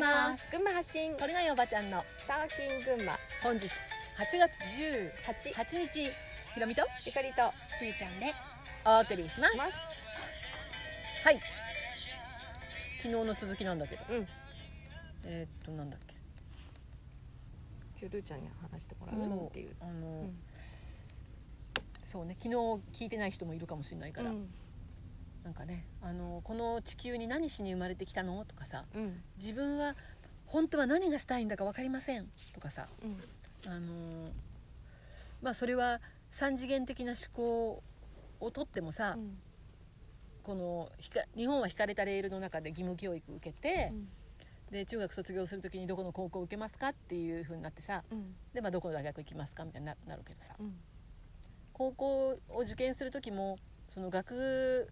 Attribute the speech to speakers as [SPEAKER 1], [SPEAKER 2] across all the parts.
[SPEAKER 1] ます
[SPEAKER 2] 群馬発信
[SPEAKER 1] 鳥のよおばちゃんの
[SPEAKER 2] スターキン群馬
[SPEAKER 1] 本日8月18
[SPEAKER 2] 8
[SPEAKER 1] 日ひろみと
[SPEAKER 2] ゆかりと
[SPEAKER 3] ふゆちゃんで
[SPEAKER 1] お送りします
[SPEAKER 2] ます
[SPEAKER 1] はい昨日の続きなんだけど、
[SPEAKER 2] うん
[SPEAKER 1] えーっとなんだっけ
[SPEAKER 2] ひゅるーちゃんに話してもら
[SPEAKER 1] そうう
[SPEAKER 2] っていう
[SPEAKER 1] あの、
[SPEAKER 2] ん
[SPEAKER 1] そうね昨日聞いてない人もいるかもしれないから、
[SPEAKER 2] うん
[SPEAKER 1] なんかねあのこの地球に何しに生まれてきたのとかさ
[SPEAKER 2] うん
[SPEAKER 1] 自分は本当は何がしたいんだか分かりませんとかさ
[SPEAKER 2] うん
[SPEAKER 1] あのまあそれは三次元的な思考をとってもさ、
[SPEAKER 2] うん
[SPEAKER 1] このひか日本は引かれたレールの中で義務教育受けて、で中学卒業する時にどこの高校受けますかっていう風になってさ
[SPEAKER 2] うん
[SPEAKER 1] で、まあ、どこの大学行きますかみたいにななるけどさ
[SPEAKER 2] うん
[SPEAKER 1] 高校を受験する時もその学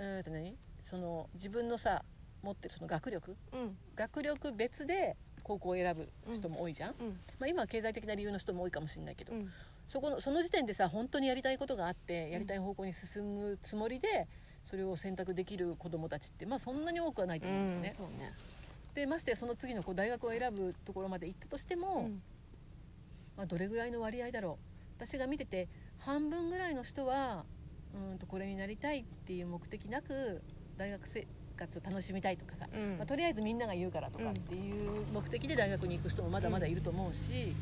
[SPEAKER 1] うーんと何その自分のさ持ってるその学力
[SPEAKER 2] うん
[SPEAKER 1] 学力別で高校を選ぶ人も多いじゃん、
[SPEAKER 2] うん
[SPEAKER 1] まあ、今は経済的な理由の人も多いかもしれないけど、
[SPEAKER 2] うん
[SPEAKER 1] そこのその時点でさ本当にやりたいことがあってやりたい方向に進むつもりで、それを選択できる子どもたちって、まあ、そんなに多くはないと思うんだよね。
[SPEAKER 2] そうね
[SPEAKER 1] でましてやその次のこう大学を選ぶところまで行ったとしても、
[SPEAKER 2] うん
[SPEAKER 1] まあ、どれぐらいの割合だろう私が見てて半分ぐらいの人はうんとこれになりたいっていう目的なく大学生活を楽しみたいとかさ、
[SPEAKER 2] うん
[SPEAKER 1] まあ、とりあえずみんなが言うからとかっていう目的で大学に行く人もまだまだいると思うし、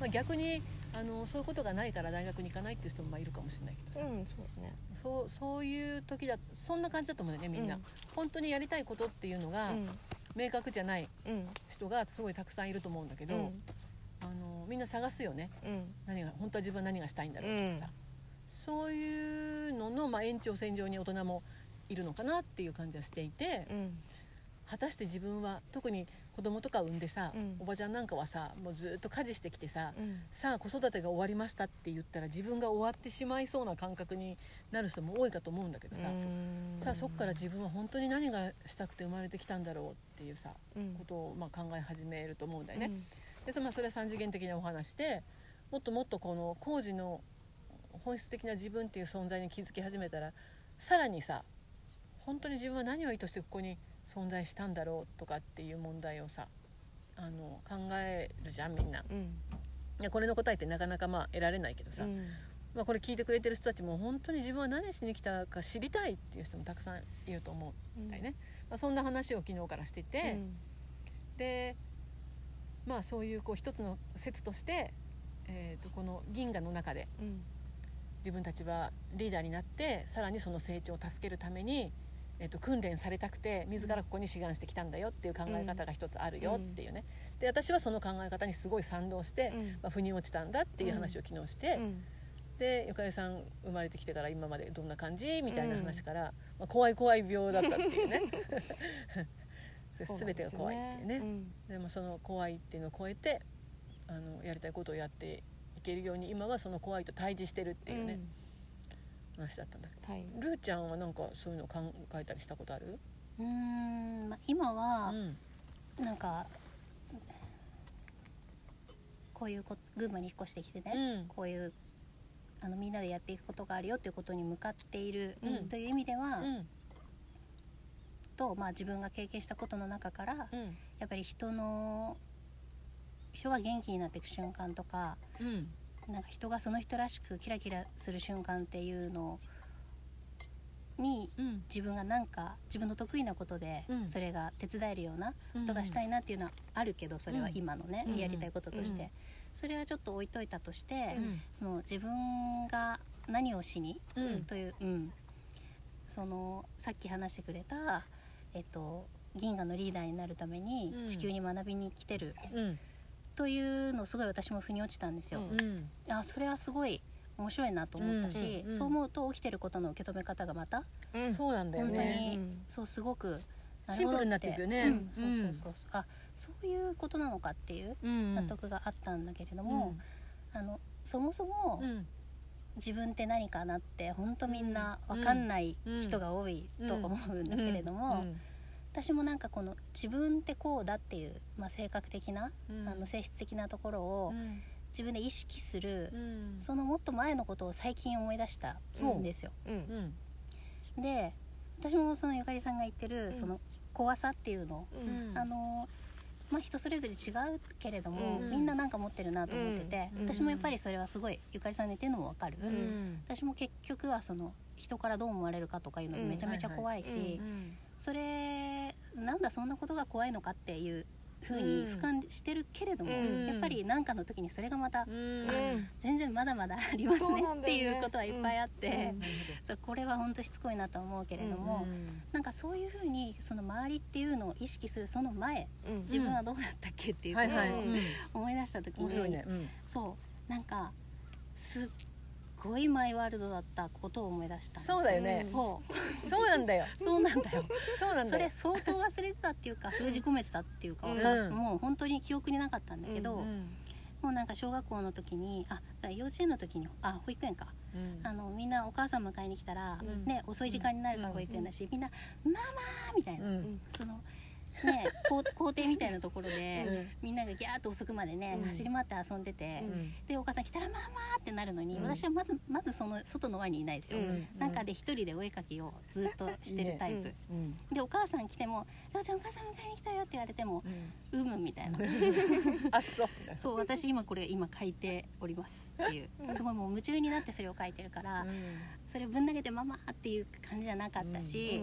[SPEAKER 1] まあ、逆にあのそういうことがないから大学に行かないっていう人もまあいるかもしれないけどさ、
[SPEAKER 2] うんそうね
[SPEAKER 1] そうそういう時だそんな感じだと思うんだよねみんな、
[SPEAKER 2] うん
[SPEAKER 1] 本当にやりたいことっていうのが明確じゃない
[SPEAKER 2] うん
[SPEAKER 1] 人がすごいたくさんいると思うんだけ
[SPEAKER 2] う
[SPEAKER 1] ど、
[SPEAKER 2] ん
[SPEAKER 1] あのみんな探すよね
[SPEAKER 2] うん
[SPEAKER 1] 何が本当は自分は何がしたいんだろうとかさ、そういうのの、まあ、延長線上に大人もいるのかなっていう感じはしていて、
[SPEAKER 2] うん
[SPEAKER 1] 果たして自分は特に子供とか産んでさ、
[SPEAKER 2] うん
[SPEAKER 1] おばちゃんなんかはさもうずっと家事してきてさ、
[SPEAKER 2] うん
[SPEAKER 1] さあ子育てが終わりましたって言ったら自分が終わってしまいそうな感覚になる人も多いかと思うんだけどさ、
[SPEAKER 2] うん
[SPEAKER 1] さあそこから自分は本当に何がしたくて生まれてきたんだろうっていうさ
[SPEAKER 2] うん
[SPEAKER 1] ことをまあ考え始めると思うんだよね。でそまあ、それは三次元的なお話でもっともっとこの工事の本質的な自分っていう存在に気づき始めたらさらにさ本当に自分は何を意図してここに存在したんだろうとかっていう問題をさあの考えるじゃんみんな。
[SPEAKER 2] うん
[SPEAKER 1] いやこれの答えってなかなかまあ得られないけどさ、
[SPEAKER 2] うん
[SPEAKER 1] まあ、これ聞いてくれてる人たちも本当に自分は何しに来たか知りたいっていう人もたくさんいると思うんだよね。まあ、そんな話を昨日からしてて、
[SPEAKER 2] うん
[SPEAKER 1] でまあそういうこう一つの説として、えー、とこの銀河の中で
[SPEAKER 2] うん
[SPEAKER 1] 自分たちはリーダーになってさらにその成長を助けるために、えー、と訓練されたくて自らここに志願してきたんだよっていう考え方が一つあるよっていうね、で私はその考え方にすごい賛同して、
[SPEAKER 2] うん
[SPEAKER 1] まあ、腑に落ちたんだっていう話を昨日して、
[SPEAKER 2] うん
[SPEAKER 1] でゆかりさん生まれてきてから今までどんな感じみたいな話から、まあ、怖い怖い病だったっていう ね
[SPEAKER 2] そうなん
[SPEAKER 1] 全て
[SPEAKER 2] で
[SPEAKER 1] が
[SPEAKER 2] すよ
[SPEAKER 1] 怖いっていうね。
[SPEAKER 2] うん
[SPEAKER 1] でもその怖いっていうのを超えてあのやりたいことをやっていけるように今はその怖いと対峙してるっていうね、話だったんだけ
[SPEAKER 2] うんはい
[SPEAKER 1] どルーちゃんはなんかそういうの考えたりしたことある
[SPEAKER 3] うーんまあ今
[SPEAKER 1] う
[SPEAKER 3] は
[SPEAKER 1] ん
[SPEAKER 3] なんか、こういうこ群馬に引っ越してきてね、
[SPEAKER 1] うん
[SPEAKER 3] こういうあのみんなでやっていくことがあるよっていうことに向かっている
[SPEAKER 1] うん
[SPEAKER 3] という意味では、
[SPEAKER 1] うん
[SPEAKER 3] と、まあ、自分が経験したことの中からや
[SPEAKER 1] うん
[SPEAKER 3] っぱり人の人が元気になっていく瞬間とか
[SPEAKER 1] うん
[SPEAKER 3] なんか人がその人らしくキラキラする瞬間っていうのに
[SPEAKER 1] うん
[SPEAKER 3] 自分がなんか自分の得意なことで
[SPEAKER 1] うん
[SPEAKER 3] それが手伝えるような
[SPEAKER 1] うん
[SPEAKER 3] ことがしたいなっていうのはあるけどそれは今のね、
[SPEAKER 1] うん
[SPEAKER 3] やりたいこととして、
[SPEAKER 2] うん
[SPEAKER 3] それはちょっと置いといたとして、
[SPEAKER 1] うん
[SPEAKER 3] その自分が何をしに
[SPEAKER 1] うん
[SPEAKER 3] という、うん、そのさっき話してくれた、えっと、銀河のリーダーになるために
[SPEAKER 1] うん
[SPEAKER 3] 地球に学びに来てる
[SPEAKER 1] うん
[SPEAKER 3] というのをすごい私も腑に落ちたんですよ。
[SPEAKER 1] うん
[SPEAKER 3] あそれはすごい面白いなと思ったし、
[SPEAKER 1] うんうんうん
[SPEAKER 3] そう思うと起きてることの受け止め方がまた
[SPEAKER 2] うん
[SPEAKER 1] そうなんだよ
[SPEAKER 3] 本当
[SPEAKER 1] ね
[SPEAKER 3] に
[SPEAKER 2] うん
[SPEAKER 3] そうすごく
[SPEAKER 1] シンプルになっていくよね
[SPEAKER 3] うん、そうそうそうそうあそういうことなのかっていう
[SPEAKER 1] 納
[SPEAKER 3] 納得があったんだけれども、あのそもそも
[SPEAKER 1] うん
[SPEAKER 3] 自分って何かなって本当みんな分かんない
[SPEAKER 1] うん
[SPEAKER 3] 人が多いと思うんだけれども、私もなんかこの自分ってこうだっていう、まあ、性格的な、
[SPEAKER 1] うん
[SPEAKER 3] あの性質的なところを
[SPEAKER 1] うん
[SPEAKER 3] 自分で意識する、
[SPEAKER 1] うん
[SPEAKER 3] そのもっと前のことを最近思い出したんですよ。
[SPEAKER 2] うん
[SPEAKER 1] うん
[SPEAKER 3] で私もそのゆかりさんが言ってる、
[SPEAKER 2] うん
[SPEAKER 3] その怖さっていうのを、
[SPEAKER 2] うん
[SPEAKER 3] あのまあ、人それぞれ違うけれども、
[SPEAKER 2] うん
[SPEAKER 3] みんななんか持ってるなと思ってて、
[SPEAKER 2] うん
[SPEAKER 3] 私もやっぱりそれはすごいゆかりさんの言ってるのもわかる、
[SPEAKER 2] うん
[SPEAKER 3] 私も結局はその人からどう思われるかとかいうのめちゃめちゃ怖いし、
[SPEAKER 2] うんはいはい
[SPEAKER 3] それなんだそんなことが怖いのかっていうふうに俯瞰してるけれども、
[SPEAKER 2] うん
[SPEAKER 3] やっぱり何かの時にそれがまた
[SPEAKER 1] うん
[SPEAKER 2] うん
[SPEAKER 3] 全然まだまだあります
[SPEAKER 2] そう
[SPEAKER 3] ね
[SPEAKER 2] なん
[SPEAKER 3] っ
[SPEAKER 2] だよ
[SPEAKER 3] て
[SPEAKER 2] ね
[SPEAKER 3] いうことはいっぱいあっ
[SPEAKER 2] う
[SPEAKER 3] て、
[SPEAKER 2] ん
[SPEAKER 3] そうこれは本当しつこいなとは思うけれども、
[SPEAKER 1] うん
[SPEAKER 3] なんかそういうふうにその周りっていうのを意識するその前
[SPEAKER 2] うん
[SPEAKER 3] 自分はどうだったっけっていうこ
[SPEAKER 1] は
[SPEAKER 3] と
[SPEAKER 1] いはい、
[SPEAKER 2] う
[SPEAKER 3] を
[SPEAKER 2] ん
[SPEAKER 3] 思い出した時に、
[SPEAKER 1] 面白いね、うん
[SPEAKER 3] そうなんかすっごいマイワールドだったことを思い出したんです
[SPEAKER 1] そうだよね、
[SPEAKER 3] そ
[SPEAKER 1] そうなんだよ
[SPEAKER 3] うそうなんだよ
[SPEAKER 1] そうなん
[SPEAKER 3] そ
[SPEAKER 1] だよ
[SPEAKER 3] れ相当忘れてたっていうか封じ込めてたっていうか、
[SPEAKER 1] うん
[SPEAKER 3] もう本当に記憶になかったんだけど、
[SPEAKER 2] う
[SPEAKER 1] うん
[SPEAKER 3] もうなんか小学校の時にあ幼稚園の時にあ保育園か
[SPEAKER 1] うん
[SPEAKER 3] あのみんなお母さん迎えに来たら、
[SPEAKER 1] うん
[SPEAKER 3] ね、遅い時間になるから保育園だし、みんな「ママ!」みたいな、
[SPEAKER 1] うん
[SPEAKER 3] そのね校校庭みたいなところで、
[SPEAKER 1] うん
[SPEAKER 3] みんながギャーッと遅くまでね、
[SPEAKER 1] うん
[SPEAKER 3] 走り回って遊んでて、でお母さん来たら「ママ!」ってなるのに、
[SPEAKER 1] うん
[SPEAKER 3] 私はまずまずその外の輪にいないですよ、
[SPEAKER 2] うん
[SPEAKER 3] 中で一人でお絵描きをずっとしてるタイプ、
[SPEAKER 2] ね
[SPEAKER 1] うん
[SPEAKER 3] でお母さん来ても「りょうちゃんお母さん迎えに来たよ」って言われても
[SPEAKER 1] うん
[SPEAKER 3] 「うむ」みたいな
[SPEAKER 1] あそう
[SPEAKER 3] そう私今これ今書いておりますっていうすごいもう夢中になってそれを書いてるから、
[SPEAKER 1] うん
[SPEAKER 3] それぶん投げて「ママ」っていう感じじゃなかったし、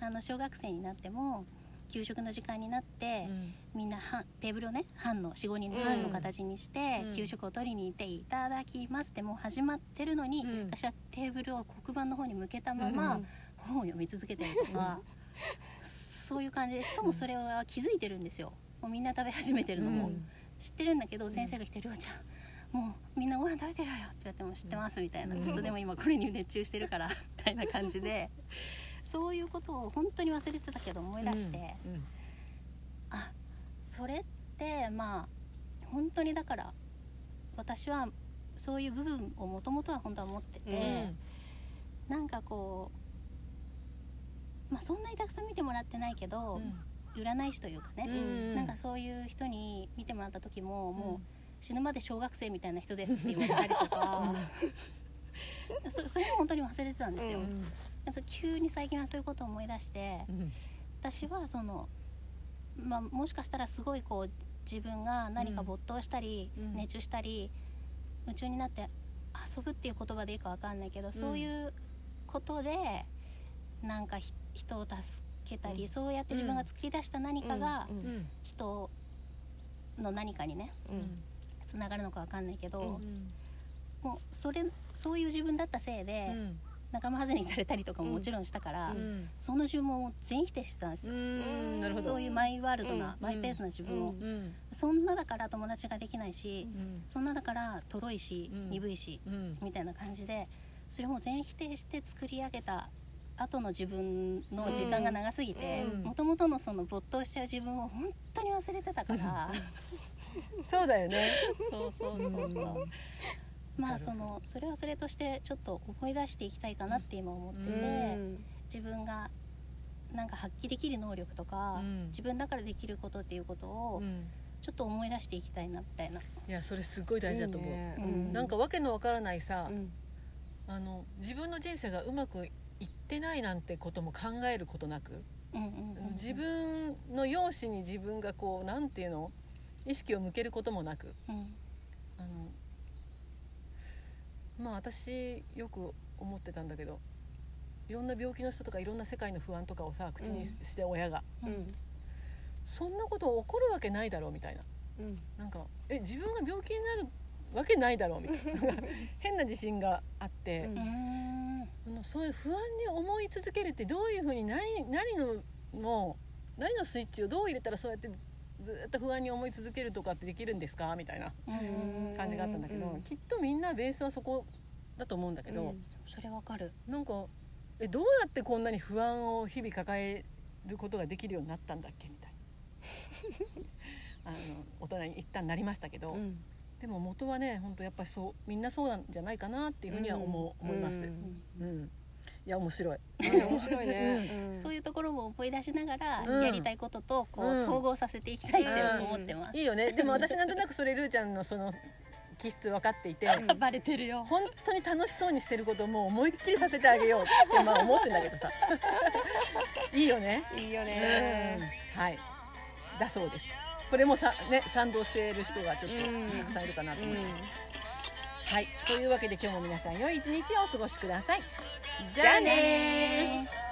[SPEAKER 3] あの小学生になっても給食の時間になって、
[SPEAKER 1] うん
[SPEAKER 3] みんなはテーブルをね班の45人の班の形にして、
[SPEAKER 1] うん
[SPEAKER 3] 給食を取りに行って「いただきます」ってもう始まってるのに、
[SPEAKER 1] うん
[SPEAKER 3] 私はテーブルを黒板の方に向けたま
[SPEAKER 1] うん
[SPEAKER 3] ま本を読み続けてるとか、そういう感じでしかもそれは気づいてるんですよもうみんな食べ始めてるのも、
[SPEAKER 1] うん
[SPEAKER 3] 知ってるんだけど
[SPEAKER 1] ん
[SPEAKER 3] 先生が来て「りょうちゃんもうみんなご飯食べてるわよ」って言われても「知ってます」みたいな、
[SPEAKER 1] うん
[SPEAKER 3] ちょっとでも今これに熱中してるから」みたいな感じでそういうことを本当に忘れてたけど思い出して。
[SPEAKER 1] うん
[SPEAKER 3] あそれってまあ本当にだから私はそういう部分をもともとは本当は持ってて、
[SPEAKER 2] うん
[SPEAKER 3] なんかこう、まあ、そんなにたくさん見てもらってないけど、占い師というか
[SPEAKER 1] う
[SPEAKER 3] ね、
[SPEAKER 1] ん
[SPEAKER 3] なんかそういう人に見てもらった時も、
[SPEAKER 1] うん
[SPEAKER 3] もう死ぬまで小学生みたいな人ですって言われたりとか そそれも本当に忘れてたんですよ。
[SPEAKER 2] う
[SPEAKER 1] うん
[SPEAKER 3] なんか急に最近はそういうことを思い出して、
[SPEAKER 1] うん
[SPEAKER 3] 私はその、まあ、もしかしたらすごいこう自分が何か没頭したり、
[SPEAKER 1] うん
[SPEAKER 3] 熱中したり夢中になって遊ぶっていう言葉でいいかわかんないけど、そういうことでなんかひ人を助けたり、
[SPEAKER 2] うん
[SPEAKER 3] そうやって自分が作り出した何かが
[SPEAKER 2] うん
[SPEAKER 1] うん
[SPEAKER 3] 人の何かにね
[SPEAKER 2] うん
[SPEAKER 3] つながるのかわかんないけど、
[SPEAKER 2] うん
[SPEAKER 1] うん
[SPEAKER 3] もうそれそういう自分だったせいで、
[SPEAKER 1] うん
[SPEAKER 3] 仲間外れにされたりとかももちろんしたから、
[SPEAKER 1] うん
[SPEAKER 3] その自分を全否定してたんですよ。
[SPEAKER 1] うんなるほど
[SPEAKER 3] そういうマイワールドな、
[SPEAKER 2] う
[SPEAKER 3] マイペースな自分を、
[SPEAKER 2] うん
[SPEAKER 1] うん
[SPEAKER 3] そんなだから友達ができないし、
[SPEAKER 1] うん
[SPEAKER 3] そんなだからとろいし、
[SPEAKER 1] うん
[SPEAKER 3] 鈍いし
[SPEAKER 1] うん
[SPEAKER 3] みたいな感じでそれも全否定して作り上げた後の自分の時間が長すぎて
[SPEAKER 1] うん
[SPEAKER 3] もともとのその没頭しちゃう自分を本当に忘れて たから、
[SPEAKER 1] そうだよね
[SPEAKER 3] そうそうそうそうまあそのそれはそれとしてちょっと思い出していきたいかなって今思ってて、
[SPEAKER 2] うん
[SPEAKER 3] 自分がなんか発揮できる能力とか、
[SPEAKER 1] うん
[SPEAKER 3] 自分だからできることっていうことを、
[SPEAKER 1] うん
[SPEAKER 3] ちょっと思い出していきたいなみたいな。
[SPEAKER 1] いやそれすっごい大事だと思
[SPEAKER 2] いうね
[SPEAKER 3] うん
[SPEAKER 1] なんかわけのわからないさ
[SPEAKER 2] うん
[SPEAKER 1] あの自分の人生がうまくいってないなんてことも考えることなく
[SPEAKER 3] うんうんうんうん
[SPEAKER 1] 自分の容姿に自分がこうなんていうの意識を向けることもなく
[SPEAKER 3] うん
[SPEAKER 1] あのまあ私よく思ってたんだけどいろんな病気の人とかいろんな世界の不安とかをさ口に
[SPEAKER 2] う
[SPEAKER 1] して親が、
[SPEAKER 2] うん
[SPEAKER 1] そんなこと起こるわけないだろうみたいな
[SPEAKER 2] うん
[SPEAKER 1] なんかえ自分が病気になるわけないだろうみたい な変な自信があって。
[SPEAKER 2] うん
[SPEAKER 3] うーん
[SPEAKER 1] あのそういう不安に思い続けるってどういうふうに何何のの何のスイッチをどう入れたらそうやってずっと不安に思い続けるとかってできるんですかみたいな
[SPEAKER 3] うん
[SPEAKER 1] 感じがあったんだけど、
[SPEAKER 2] うんうん
[SPEAKER 1] きっとみんなベースはそこだと思うんだけ
[SPEAKER 2] う
[SPEAKER 1] ど
[SPEAKER 2] ん、
[SPEAKER 3] それわかる
[SPEAKER 1] なんかえどうやってこんなに不安を日々抱えることができるようになったんだっけみたい なあの大人に一旦なりましたけど、
[SPEAKER 2] うん
[SPEAKER 1] でも元はね本当やっぱりそうみんなそうなんじゃないかなっていうふうには思う、思います。
[SPEAKER 2] うん
[SPEAKER 1] うん、いや面白い
[SPEAKER 2] 面白いね
[SPEAKER 3] そう
[SPEAKER 2] い
[SPEAKER 3] いうところも思い出しながら、
[SPEAKER 1] うん
[SPEAKER 3] やりたいこととこう、
[SPEAKER 1] うん
[SPEAKER 3] 統合させていきたいって思ってます、
[SPEAKER 1] いいよねでも私なんとなくそれルーちゃんのその気質分かっていて
[SPEAKER 3] バレてるよ
[SPEAKER 1] 本当に楽しそうにしてることをもう思いっきりさせてあげようってまあ思ってんだけどさいいよね
[SPEAKER 2] いいよね
[SPEAKER 1] うんはいだそうですこれもさ、ね、賛同している人がちょっと
[SPEAKER 2] うん
[SPEAKER 1] たくさんいるかなと
[SPEAKER 2] う
[SPEAKER 1] 思います、
[SPEAKER 2] ん
[SPEAKER 1] はいというわけで今日も皆さん良い一日をお過ごしくださいじ
[SPEAKER 2] じゃあ
[SPEAKER 1] ー
[SPEAKER 2] ねー
[SPEAKER 3] ね